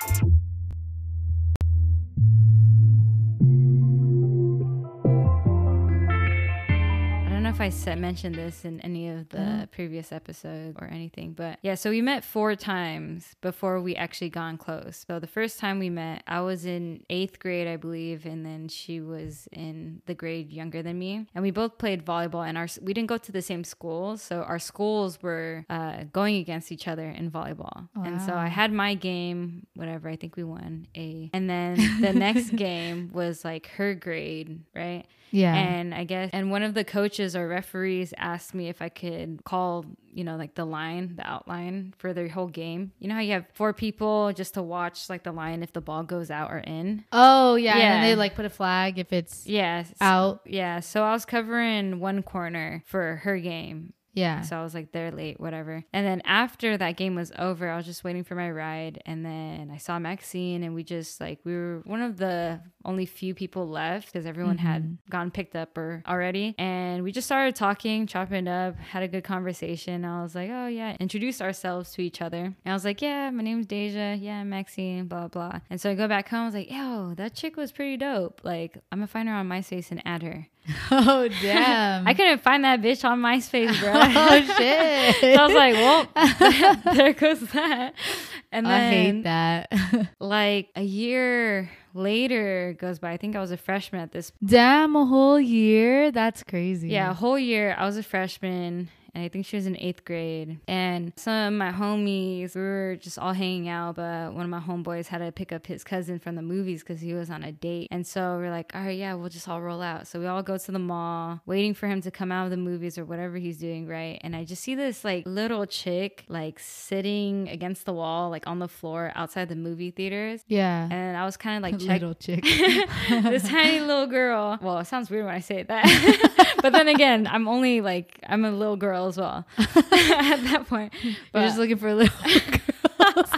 Speaker 1: don't know if I I said mentioned this in any of the previous episodes or anything, but yeah, so we met four times before we actually gone close. So the first time we met, I was in eighth grade, I believe, and then she was in the grade younger than me, and we both played volleyball. And our we didn't go to the same school, so our schools were uh, going against each other in volleyball. And so
Speaker 2: Wow.
Speaker 1: I had my game, whatever. I think we won a, and then the next game was like her grade, right?
Speaker 2: Yeah.
Speaker 1: And I guess, and one of the coaches or referees asked me if I could call, you know, like the line, the outline for the whole game. You know how you have four people just to watch like the line if the ball goes out or in?
Speaker 2: oh yeah, And
Speaker 1: Yeah.
Speaker 2: then they like put a flag if it's
Speaker 1: Yeah. s-
Speaker 2: out.
Speaker 1: Yeah. So I was covering one corner for her game.
Speaker 2: Yeah.
Speaker 1: So I was like there late, whatever. And then after that game was over, I was just waiting for my ride. And then I saw Maxine, and we just like, we were one of the only few people left because everyone had gone picked up or already. And we just started talking, chopping it up, had a good conversation. I was like, oh, yeah, introduced ourselves to each other. And I was like, yeah, my name's Deja. Yeah, I'm Maxine, blah, blah. And so I go back home. I was like, yo, that chick was pretty dope. Like, I'm going to find her on MySpace and add her.
Speaker 2: oh damn.
Speaker 1: I couldn't find that bitch on MySpace, bro.
Speaker 2: oh shit.
Speaker 1: So I was like, well, there goes that. And then,
Speaker 2: I hate that.
Speaker 1: like, a year later goes by. I think I was a freshman at this
Speaker 2: Damn, a whole year? That's crazy.
Speaker 1: Yeah, a whole year. I was a freshman. And I think she was in eighth grade. And some of my homies, we were just all hanging out. But one of my homeboys had to pick up his cousin from the movies because he was on a date. And so we're like, all right, yeah, we'll just all roll out. So we all go to the mall, waiting for him to come out of the movies or whatever he's doing, right? And I just see this like little chick, like sitting against the wall, like on the floor outside the movie theaters.
Speaker 2: Yeah.
Speaker 1: And I was kind of like check,
Speaker 2: Little chick.
Speaker 1: this tiny little girl. Well, it sounds weird when I say it that, but then again, I'm only like I'm a little girl as well at that point. But
Speaker 2: You're just looking for little girls.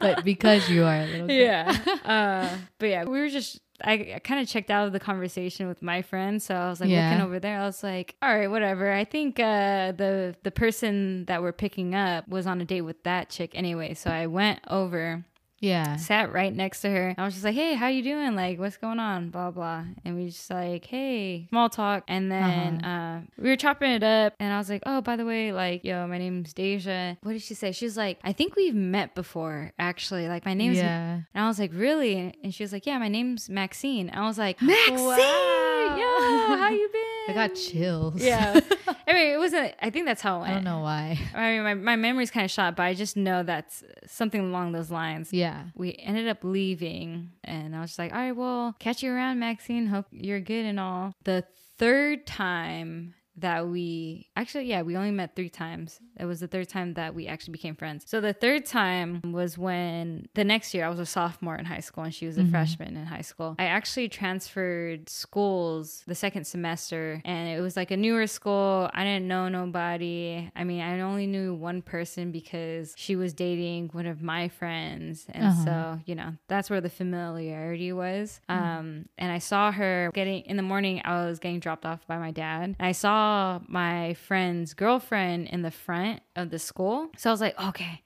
Speaker 2: but because you are a little girl.
Speaker 1: yeah. Uh, but yeah, we were just. I, I kind of checked out of the conversation with my friend, so I was like
Speaker 2: Yeah.
Speaker 1: looking over there. I was like, "All right, whatever." I think uh, the the person that we're picking up was on a date with that chick anyway. So I went over
Speaker 2: Yeah.
Speaker 1: sat right next to her. I was just like, "Hey, how you doing? Like, what's going on?" Blah blah. And we just like, "Hey," small talk. And then
Speaker 2: Uh-huh.
Speaker 1: uh, we were chopping it up, and I was like, "Oh, by the way, like, yo, my name's Deja." What did she say? She was like, "I think we've met before, actually. Like, my name's."
Speaker 2: Yeah.
Speaker 1: And I was like, "Really?" And she was like, "Yeah, my name's Maxine." And I was like,
Speaker 2: Wow.
Speaker 1: yo, how you
Speaker 2: I
Speaker 1: been?"
Speaker 2: got chills.
Speaker 1: Yeah. I mean, it wasn't. I think that's how it went.
Speaker 2: I don't know why.
Speaker 1: I mean, my, my memory's kind of shot, but I just know that's something along those lines
Speaker 2: Yeah.
Speaker 1: we ended up leaving and i was just like all right well catch you around maxine hope you're good and all the third time that we actually yeah we only met three times it was the third time that we actually became friends so the third time was when the next year i was a sophomore in high school and she was a freshman in high school i actually transferred schools the second semester and it was like a newer school i didn't know nobody i mean i only knew one person because she was dating one of my friends and
Speaker 2: Uh-huh.
Speaker 1: so you know that's where the familiarity was um and i saw her getting in the morning i was getting dropped off by my dad and i saw my friend's girlfriend in the front of the school so i was like okay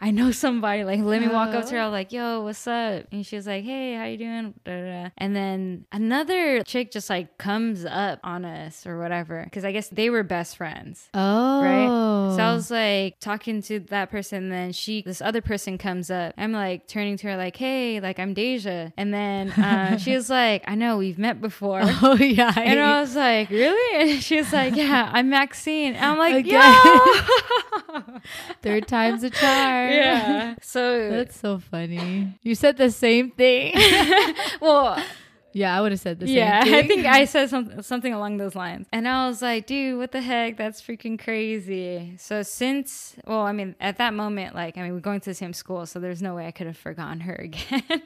Speaker 1: i know somebody like let me walk
Speaker 2: Uh-huh.
Speaker 1: up to her i was like yo what's up and she was like hey how you doing da, da, da. and then another chick just like comes up on us or whatever because i guess they were best friends
Speaker 2: Oh.
Speaker 1: right? So I was like talking to that person, then she, this other person comes up. I'm like turning to her, like, hey, like I'm Deja. And then uh, she was like, I know we've met before.
Speaker 2: Oh yeah.
Speaker 1: And I was like, really? And she was like, yeah, I'm Maxine. And I'm like,
Speaker 2: Again.
Speaker 1: yo.
Speaker 2: Third time's a charm.
Speaker 1: yeah. So,
Speaker 2: That's so funny. You said the same thing.
Speaker 1: well,
Speaker 2: yeah, I would have said the
Speaker 1: yeah,
Speaker 2: same
Speaker 1: I
Speaker 2: thing.
Speaker 1: think I said something something along those lines, and I was like, "Dude, what the heck? That's freaking crazy." So since, well, I mean, at that moment, like, I mean, we're going to the same school, so there's no way I could have forgotten her again.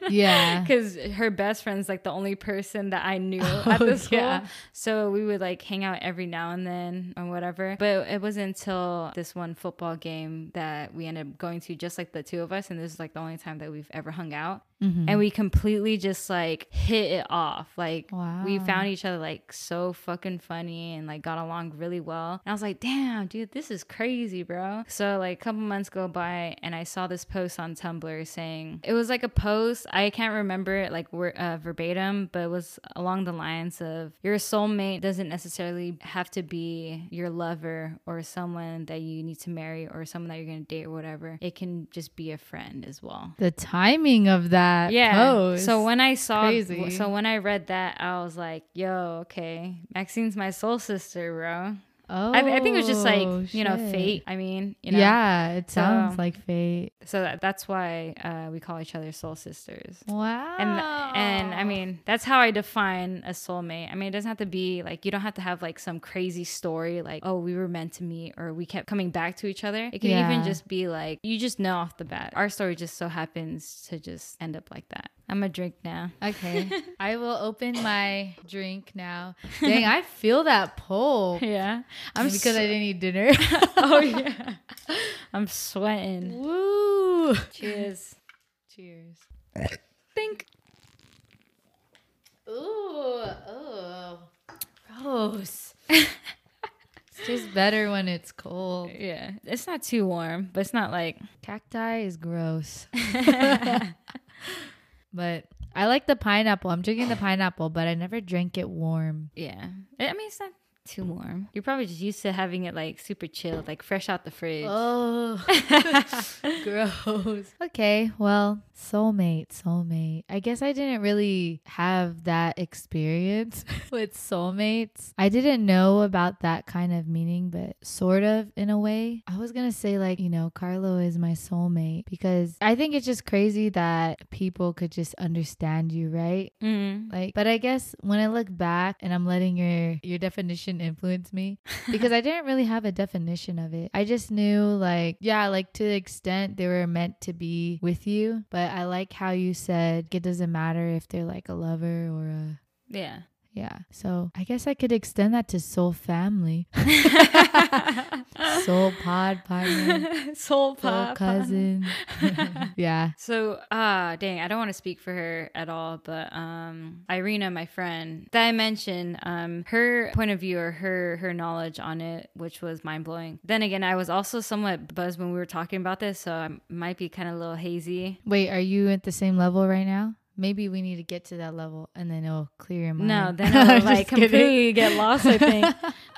Speaker 2: Yeah.
Speaker 1: because her best friend's like the only person that I knew at the school.
Speaker 2: Oh, yeah.
Speaker 1: So we would like hang out every now and then or whatever. But it wasn't until this one football game that we ended up going to, just like the
Speaker 2: Mm-hmm.
Speaker 1: two of us, and this is like the only time that we've ever hung out and we completely just like hit it off. Like
Speaker 2: Wow.
Speaker 1: we found each other like so fucking funny and like got along really well. And I was like, damn, dude, this is crazy, bro. So like a couple months go by and I saw this post on Tumblr saying it was like a post. I can't remember it like wer- uh, verbatim, but it was along the lines of your soulmate doesn't necessarily have to be your lover or someone that you need to marry or someone that you're going to date or whatever. It can just be a friend as well.
Speaker 2: The timing of that
Speaker 1: Yeah.
Speaker 2: post.
Speaker 1: So when I saw,
Speaker 2: Crazy.
Speaker 1: so when I read that, I was like, "Yo, okay, Maxine's my soul sister, bro."
Speaker 2: oh,
Speaker 1: I, I think it was just like you know
Speaker 2: shit.
Speaker 1: fate. I mean, you know,
Speaker 2: yeah, it sounds
Speaker 1: So-
Speaker 2: like fate.
Speaker 1: So that, that's why uh, we call each other soul sisters.
Speaker 2: Wow.
Speaker 1: And and I mean, that's how I define a soulmate. I mean, it doesn't have to be like you don't have to have like some crazy story like oh we were meant to meet or we kept coming back to each other. It can
Speaker 2: Yeah.
Speaker 1: even just be like you just know off the bat. Our story just so happens to just end up like that. I'm a drink now.
Speaker 2: Okay. I will open my drink now. Dang, I feel that pull.
Speaker 1: Yeah.
Speaker 2: I'm
Speaker 1: I'm
Speaker 2: because I didn't eat dinner.
Speaker 1: oh yeah. I'm sweating.
Speaker 2: Woo.
Speaker 1: Cheers.
Speaker 2: Cheers.
Speaker 1: Think.
Speaker 2: Ooh. Oh. Gross. it's just better when it's cold.
Speaker 1: Yeah. It's not too warm, but it's not like
Speaker 2: Cacti is gross. but I like the pineapple. I'm drinking the pineapple, but I never drank it warm.
Speaker 1: yeah. I I mean it's not too warm. You're probably just used to having it like super chilled, like fresh out the fridge.
Speaker 2: Oh, gross. Okay, well, soulmate, soulmate. I guess I didn't really have that experience with soulmates. I didn't know about that kind of meaning, but sort of in a way. I was going to say, like, you know, Carlo is my soulmate because I think it's just crazy that people could just understand you, right?
Speaker 1: Mm.
Speaker 2: Like, but I guess when I look back and I'm letting your your definition influence me because I didn't really have a definition of it. I just knew like, yeah, like to the extent they were meant to be with you, but I like how you said it doesn't matter if they're like a lover or a
Speaker 1: Yeah.
Speaker 2: yeah. So, I guess I could extend that to soul family, soul pod partner,
Speaker 1: Soul
Speaker 2: soul
Speaker 1: pop.
Speaker 2: cousin. yeah.
Speaker 1: So, ah, dang, I don't want to speak for her at all, but um, Irina, my friend that I mentioned, um, her point of view or her her knowledge on it, which was mind blowing. Then again, I was also somewhat buzzed when we were talking about this, so I might be kind of a little hazy.
Speaker 2: Wait, are you at the same level right now? Maybe we need to get to that level and then it'll clear your mind.
Speaker 1: No, then I would
Speaker 2: Just
Speaker 1: like
Speaker 2: kidding.
Speaker 1: completely get lost, I think.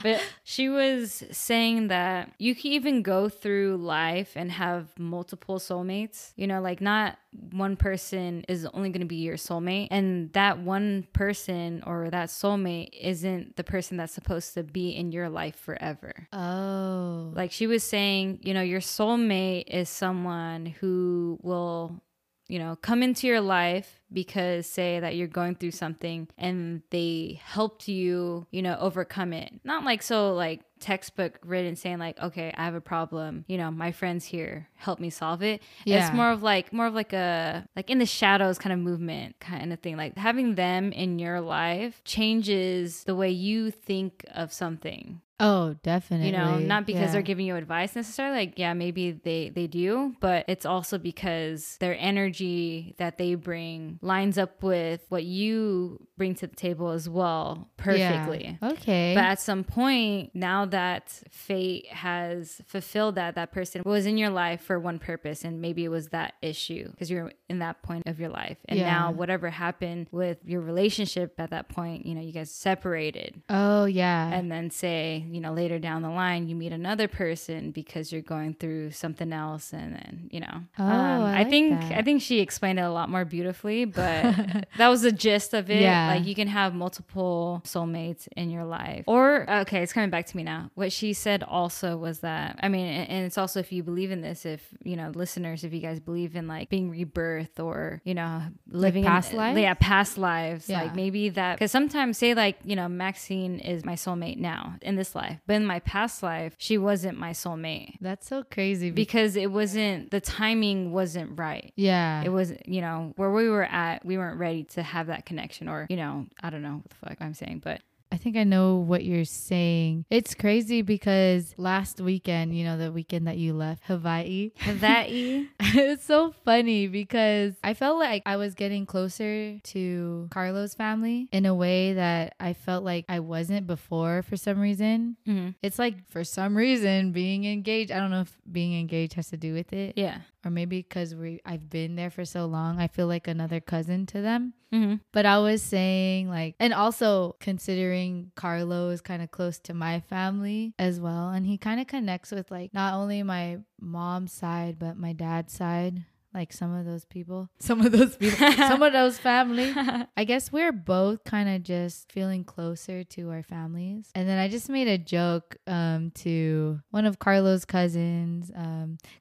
Speaker 1: but she was saying that you can even go through life and have multiple soulmates. You know, like not one person is only going to be your soulmate. And that one person or that soulmate isn't the person that's supposed to be in your life forever.
Speaker 2: Oh.
Speaker 1: Like she was saying, you know, your soulmate is someone who will, you know, come into your life because say that you're going through something and they helped you, you know, overcome it. Not like so like textbook written saying like, okay, I have a problem, you know, my friends here, help me solve it.
Speaker 2: Yeah.
Speaker 1: It's more of like more of like a like in the shadows kind of movement kind of thing. Like having them in your life changes the way you think of something
Speaker 2: oh, definitely.
Speaker 1: you know not because
Speaker 2: Yeah.
Speaker 1: they're giving you advice necessarily like yeah maybe they they do but it's also because their energy that they bring lines up with what you bring to the table as well
Speaker 2: Yeah.
Speaker 1: perfectly
Speaker 2: Okay.
Speaker 1: but at some point, now that fate has fulfilled that, that person was in your life for one purpose, and maybe it was that issue because you're in that point of your life. And
Speaker 2: Yeah.
Speaker 1: now, whatever happened with your relationship at that point, you know, you guys separated
Speaker 2: oh, yeah.
Speaker 1: and then say you know later down the line you meet another person because you're going through something else and then you know
Speaker 2: Oh, I like
Speaker 1: think
Speaker 2: that.
Speaker 1: i think she explained it a lot more beautifully but that was the gist of it
Speaker 2: Yeah.
Speaker 1: like you can have multiple soulmates in your life or okay it's coming back to me now what she said also was that i mean a- and it's also if you believe in this if you know listeners if you guys believe in like being rebirth or you know living in-
Speaker 2: past lives?
Speaker 1: yeah past lives
Speaker 2: Yeah.
Speaker 1: like maybe that because sometimes say like you know maxine is my soulmate now in this life but in my past life she wasn't my soulmate
Speaker 2: That's so crazy. Because,
Speaker 1: because it wasn't the timing wasn't right
Speaker 2: yeah.
Speaker 1: it was you know where we were at we weren't ready to have that connection or you know i don't know what the fuck i'm saying but
Speaker 2: I think I know what you're saying. It's crazy because last weekend, you know, the weekend that you left Hawaii,
Speaker 1: Hawaii.
Speaker 2: E? it's so funny because I felt like I was getting closer to Carlos' family in a way that I felt like I wasn't before for some reason.
Speaker 1: mm-hmm.
Speaker 2: It's like for some reason being engaged. I don't know if being engaged has to do with it,
Speaker 1: Yeah.
Speaker 2: or maybe because we I've been there for so long, I feel like another cousin to them.
Speaker 1: Mm-hmm.
Speaker 2: But I was saying like, and also considering Carlo is kind of close to my family as well, and he kind of connects with like not only my mom's side but my dad's side. Like some of those people, some of those people, some of those family. I guess we're both kind of just feeling closer to our families. And then I just made a joke um, to one of Carlo's cousins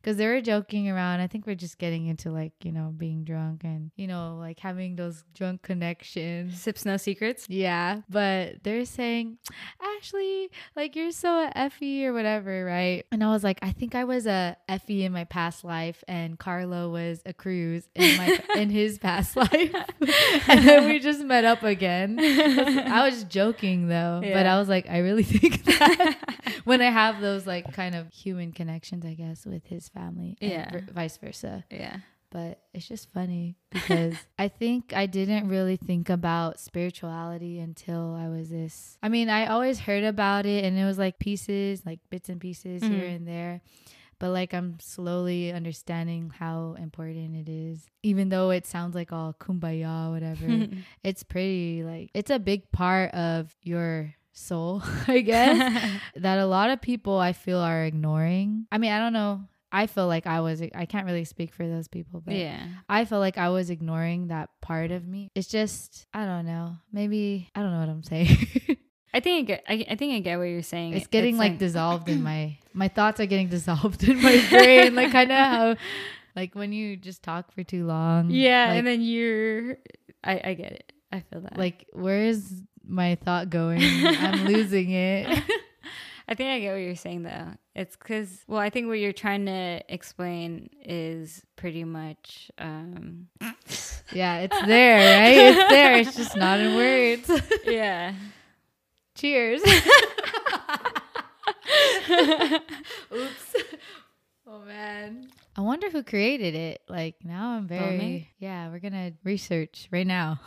Speaker 2: because they were joking around. I think we're just getting into like, you know, being drunk and, you know, like having those drunk connections.
Speaker 1: Sips no secrets.
Speaker 2: Yeah, but they're saying, Ashley, like you're so effie or whatever, right? And I was like, I think I was a effie in my past life, and Carlo was a cruise in my in his past life. and then we just met up again. I was joking though, but
Speaker 1: Yeah.
Speaker 2: I was like, I really think that when I have those like kind of human connections, I guess, with his family, and
Speaker 1: Yeah.
Speaker 2: ver- vice versa
Speaker 1: yeah.
Speaker 2: but it's just funny because I think I didn't really think about spirituality until I was this. I mean, I always heard about it and it was like pieces, like bits and pieces here
Speaker 1: Mhm.
Speaker 2: and there. But like I'm slowly understanding how important it is, even though it sounds like all kumbaya, whatever. it's pretty like it's a big part of your soul, I guess that a lot of people I feel are ignoring. I mean, I don't know. I feel like I was I can't really speak for those people, but
Speaker 1: yeah.
Speaker 2: I feel like I was ignoring that part of me. It's just I don't know. Maybe I don't know what I'm saying.
Speaker 1: I think I, get- I I think I get what you're saying.
Speaker 2: it's getting like,
Speaker 1: this.
Speaker 2: dissolved in my my thoughts are getting dissolved in my brain. like kind of how like when you just talk for too long.
Speaker 1: Yeah,
Speaker 2: Mm. Like,
Speaker 1: and then you're. I, I get it. I feel that.
Speaker 2: like where is my thought going? I'm losing it.
Speaker 1: I think I get what you're saying though. It's because well, I think what you're trying to explain is pretty much. Um,
Speaker 2: Yeah, it's there, right? It's there. It's just not in words.
Speaker 1: yeah.
Speaker 2: Cheers. Oops. Oh man. I wonder who created it. Like now I'm very
Speaker 1: me?
Speaker 2: Yeah, we're gonna research right now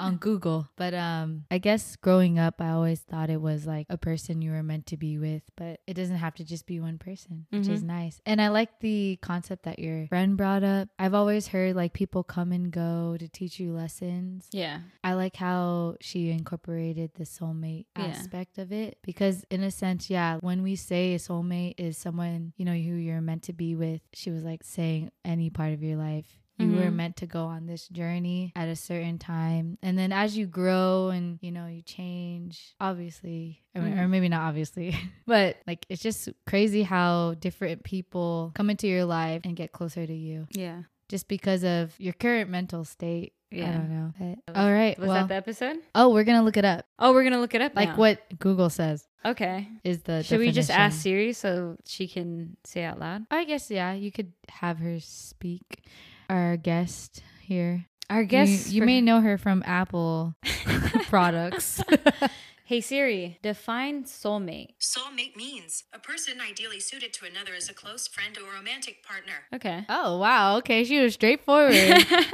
Speaker 2: on Google. But um I guess growing up I always thought it was like a person you were meant to be with, but it doesn't have to just be one person, which is nice. And I like the concept that your friend brought up. I've always heard like people come and go to teach you lessons.
Speaker 1: Yeah.
Speaker 2: I like how she incorporated the soulmate
Speaker 1: Yeah.
Speaker 2: aspect of it because, in a sense, yeah, when we say a soulmate is someone you know who you're meant to be with, she was like saying any part of your life. You were
Speaker 1: Mhm.
Speaker 2: meant to go on this journey at a certain time. And then as you grow and, you know, you change, obviously, I mean,
Speaker 1: Mhm.
Speaker 2: or maybe not obviously, but like it's just crazy how different people come into your life and get closer to you
Speaker 1: Yeah.
Speaker 2: just because of your current mental state. I
Speaker 1: Yeah.
Speaker 2: don't know. But-
Speaker 1: Was-
Speaker 2: all right.
Speaker 1: Was
Speaker 2: well,
Speaker 1: that the episode?
Speaker 2: Oh, we're gonna look it up.
Speaker 1: Oh, we're gonna look it up.
Speaker 2: Like
Speaker 1: now.
Speaker 2: what Google says
Speaker 1: Okay.
Speaker 2: is the.
Speaker 1: Should we just
Speaker 2: definition.
Speaker 1: ask Siri so she can say out loud?
Speaker 2: I guess yeah. You could have her speak. Our guest here.
Speaker 1: Our
Speaker 2: You-
Speaker 1: guest.
Speaker 2: You,
Speaker 1: for-
Speaker 2: may know her from Apple products.
Speaker 1: Hey Siri, define soulmate.
Speaker 3: Soulmate means a person ideally suited to another as a close friend or romantic partner.
Speaker 1: Okay.
Speaker 2: oh wow. Okay, she was straightforward.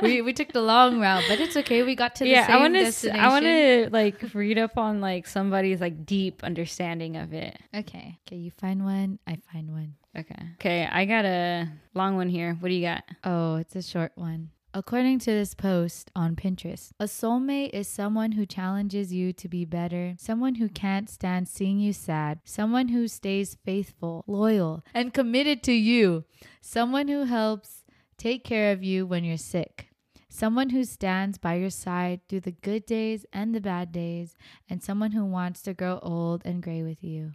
Speaker 2: we we took the long route, but it's okay. We got to the
Speaker 1: yeah,
Speaker 2: same
Speaker 1: I want to.
Speaker 2: destination.
Speaker 1: I want to like read up on like somebody's like deep understanding of it.
Speaker 2: Okay. Okay, you find one. I find one.
Speaker 1: Okay. Okay, I got a long one here. What do you got?
Speaker 2: Oh, it's a short one. According to this post on Pinterest, a soulmate is someone who challenges you to be better, someone who can't stand seeing you sad, someone who stays faithful, loyal, and committed to you, someone who helps take care of you when you're sick, someone who stands by your side through the good days and the bad days, and someone who wants to grow old and gray with you.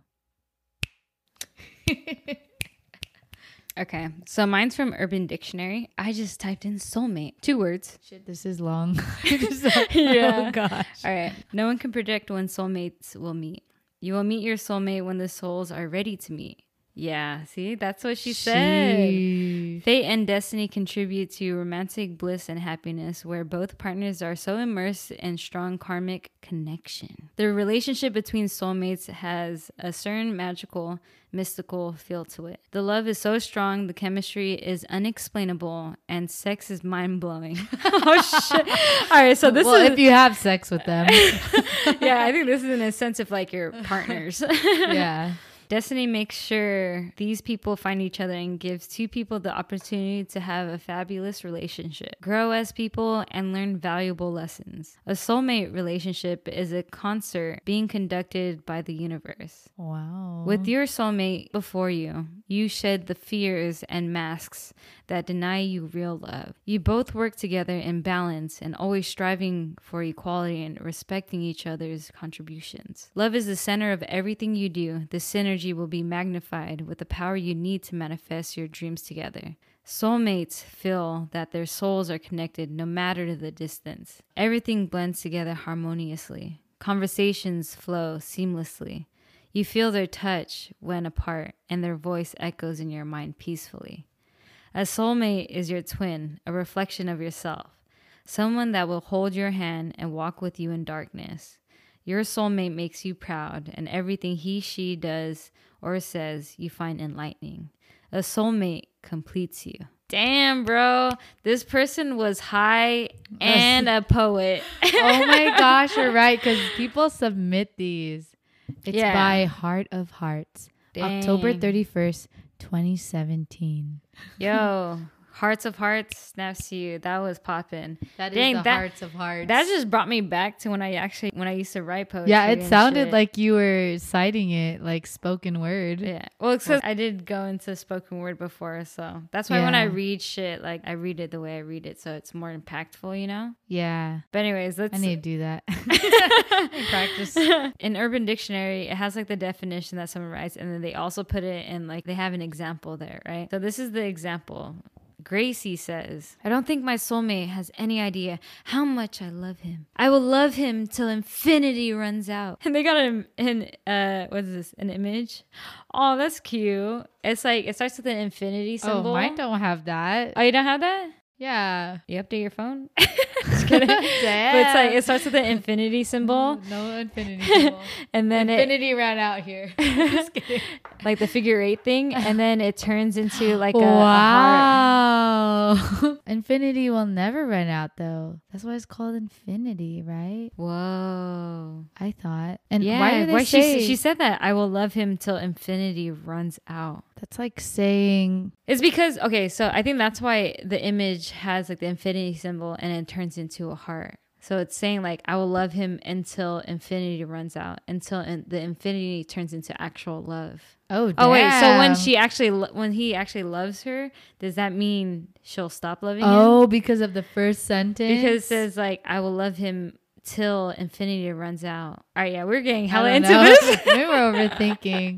Speaker 1: Okay. So mine's from Urban Dictionary. I just typed in soulmate. Two words.
Speaker 2: Shit, this is long.
Speaker 1: Yeah.
Speaker 2: Oh gosh.
Speaker 1: All right. No one can predict when soulmates will meet. You will meet your soulmate when the souls are ready to meet. Yeah, see? That's what she said.
Speaker 2: huge.
Speaker 1: Fate and destiny contribute to romantic bliss and happiness, where both partners are so immersed in strong karmic connection. The relationship between soulmates has a certain magical, mystical feel to it. The love is so strong, the chemistry is unexplainable, and sex is mind blowing. oh shit! All right, so this
Speaker 2: well,
Speaker 1: is
Speaker 2: if you have sex with them,
Speaker 1: yeah. I think this is in a sense of like your partners.
Speaker 2: yeah.
Speaker 1: Destiny makes sure these people find each other and gives two people the opportunity to have a fabulous relationship, grow as people, and learn valuable lessons. A soulmate relationship is a concert being conducted by the universe.
Speaker 2: Wow.
Speaker 1: With your soulmate before you, you shed the fears and masks that deny you real love. You both work together in balance and always striving for equality and respecting each other's contributions. Love is the center of everything you do. The synergy will be magnified with the power you need to manifest your dreams together. Soulmates feel that their souls are connected no matter the distance. Everything blends together harmoniously. Conversations flow seamlessly. You feel their touch when apart, and their voice echoes in your mind peacefully. A soulmate is your twin, a reflection of yourself, someone that will hold your hand and walk with you in darkness. Your soulmate makes you proud, and everything he, she does or says you find enlightening. A soulmate completes you. Damn, bro. This person was high and a poet.
Speaker 2: oh my gosh, you're right. Because people submit these. It's
Speaker 1: Yeah.
Speaker 2: by Heart of Hearts. October
Speaker 1: Dang.
Speaker 2: 31st, 2017.
Speaker 1: Yo, Hearts of Hearts snaps to you. That was poppin'.
Speaker 2: That
Speaker 1: is Dang, the that-
Speaker 2: Hearts of Hearts.
Speaker 1: That just brought me back to when I actually when I used to write poetry.
Speaker 2: yeah, it
Speaker 1: and
Speaker 2: sounded
Speaker 1: shit.
Speaker 2: like you were citing it, like spoken word.
Speaker 1: yeah. Well, because I did go into spoken word before, so that's why when I
Speaker 2: Yeah.
Speaker 1: read shit, like I read it the way I read it, so it's more impactful, you know.
Speaker 2: Yeah.
Speaker 1: But anyways, let's
Speaker 2: I need to do that. Oh, practice.
Speaker 1: in Urban Dictionary, it has like the definition that someone writes, and then they also put it in like they have an example there, right? So this is the example. Gracie says, I don't think my soulmate has any idea how much I love him. I will love him till infinity runs out. And they got an, an uh, what is this? An image? Oh, that's cute. It's like, it starts with an infinity
Speaker 2: oh,
Speaker 1: symbol.
Speaker 2: mine don't have that.
Speaker 1: oh, you don't have that?
Speaker 2: yeah.
Speaker 1: You update your phone? Just kidding. But it's like, it starts with an infinity symbol.
Speaker 2: No infinity. symbol.
Speaker 1: And then it,
Speaker 2: Mm. infinity ran out here.
Speaker 1: like the figure eight thing, and then it turns into like a, a heart.
Speaker 2: wow. infinity will never run out though. That's why it's called infinity, right?
Speaker 1: Whoa!
Speaker 2: I thought. And
Speaker 1: yeah,
Speaker 2: why do they
Speaker 1: she
Speaker 2: say
Speaker 1: she said that? I will love him till infinity runs out.
Speaker 2: that's like saying
Speaker 1: It's because okay, so I think that's why the image has like the infinity symbol, and it turns into a heart. So it's saying like I will love him until infinity runs out, until in, the infinity turns into actual love.
Speaker 2: oh
Speaker 1: Oh wait, so when
Speaker 2: damn.
Speaker 1: she actually lo- when he actually loves her, does that mean she'll stop loving him?
Speaker 2: oh because of the first sentence
Speaker 1: because it says like I will love him till infinity runs out. All right, yeah, we're getting
Speaker 2: I
Speaker 1: hella
Speaker 2: don't
Speaker 1: into
Speaker 2: know.
Speaker 1: this.
Speaker 2: Maybe we're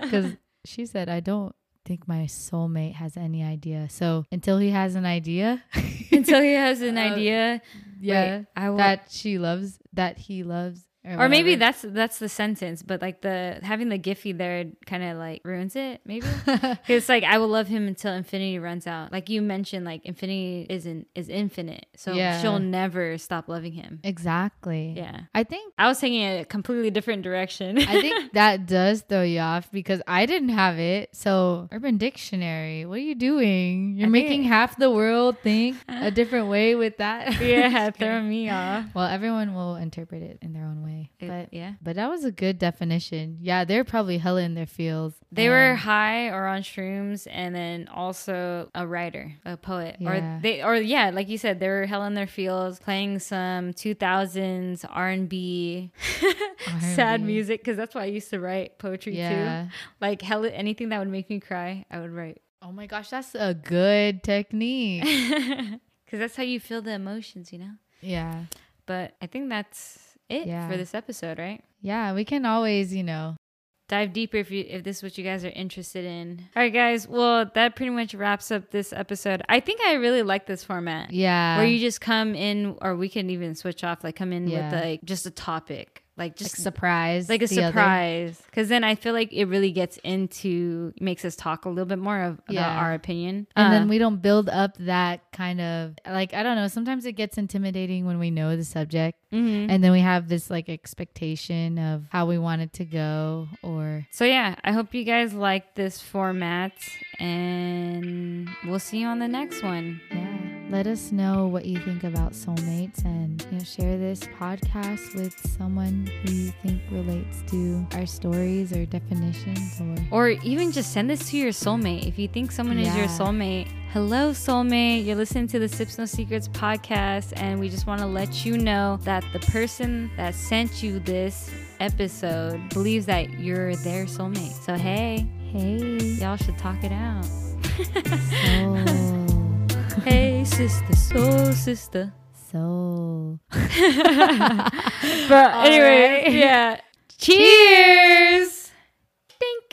Speaker 2: because she said I don't think my soulmate has any idea. So until he has an idea,
Speaker 1: Until he has an
Speaker 2: Uh,
Speaker 1: idea,
Speaker 2: yeah,
Speaker 1: I will-
Speaker 2: that she loves that he loves,
Speaker 1: or maybe
Speaker 2: whatever.
Speaker 1: that's that's the sentence, but like the having the Giphy there kind of like ruins it. Maybe it's like I will love him until infinity runs out. Like you mentioned, like infinity isn't is infinite, so
Speaker 2: Yeah.
Speaker 1: she'll never stop loving him.
Speaker 2: exactly.
Speaker 1: Yeah,
Speaker 2: I think
Speaker 1: I was taking it a completely different direction.
Speaker 2: I think that does throw you off because I didn't have it. So, Urban Dictionary, what are you doing? You're
Speaker 1: I think-
Speaker 2: making half the world think a different way with that.
Speaker 1: yeah,
Speaker 2: Just kidding.
Speaker 1: throwing me off.
Speaker 2: Well, everyone will interpret it in their own way.
Speaker 1: It-
Speaker 2: But
Speaker 1: yeah.
Speaker 2: but that was a good definition. Yeah, they're probably hella in their fields.
Speaker 1: They
Speaker 2: And-
Speaker 1: were high or on shrooms, and then also a writer, a poet,
Speaker 2: Yeah.
Speaker 1: or they, or yeah, like you said, they were hell in their fields, playing some two thousands R and B, sad
Speaker 2: R&B.
Speaker 1: music, because that's why I used to write poetry
Speaker 2: Yeah.
Speaker 1: too. Like hell, anything that would make me cry, I would write,
Speaker 2: Oh my gosh, that's a good technique.
Speaker 1: because that's how you feel the emotions, you know.
Speaker 2: yeah.
Speaker 1: But I think that's it
Speaker 2: Yeah.
Speaker 1: for this episode, right?
Speaker 2: Yeah, we can always, you know,
Speaker 1: dive deeper if you if this is what you guys are interested in. All right, guys. Well, that pretty much wraps up this episode. I think I really like this format
Speaker 2: yeah.
Speaker 1: where you just come in, or we can even switch off. Like come in
Speaker 2: Yeah.
Speaker 1: with like just a topic. like
Speaker 2: Like
Speaker 1: just
Speaker 2: surprise.
Speaker 1: like a
Speaker 2: the other.
Speaker 1: surprise because then i feel like it really gets into makes us talk a little bit more of
Speaker 2: Yeah.
Speaker 1: about our opinion
Speaker 2: And
Speaker 1: Uh,
Speaker 2: then we don't build up that kind of like I don't know. Sometimes it gets intimidating when we know the subject,
Speaker 1: mhm.
Speaker 2: and then we have this like expectation of how we want it to go, or
Speaker 1: so yeah i hope you guys like this format and we'll see you on the next one
Speaker 2: yeah. Let us know what you think about soulmates, and you know, share this podcast with someone who you think relates to our stories or definitions, or
Speaker 1: or even just send this to your soulmate if you think someone is your
Speaker 2: Yeah.
Speaker 1: soulmate hello soulmate you're listening to the sips no secrets podcast and we just want to let you know that the person that sent you this episode believes that you're their soulmate so hey
Speaker 2: hey,
Speaker 1: y'all should talk it out
Speaker 2: soul,
Speaker 1: hey sister soul sister
Speaker 2: soul.
Speaker 1: but
Speaker 2: All
Speaker 1: Uh, anyway
Speaker 2: right.
Speaker 1: yeah cheers dink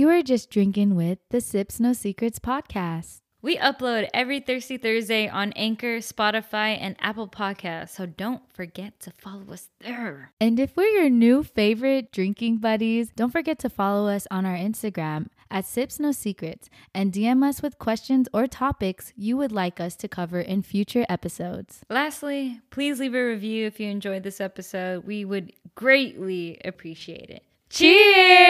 Speaker 2: You are just drinking with the Sips No Secrets podcast.
Speaker 1: We upload every Thirsty Thursday on Anchor, Spotify, and Apple Podcasts, so don't forget to follow us there.
Speaker 2: And if we're your new favorite drinking buddies, don't forget to follow us on our Instagram at Sips No Secrets and DM us with questions or topics you would like us to cover in future episodes.
Speaker 1: Lastly, please leave a review if you enjoyed this episode. We would greatly appreciate it. Cheers!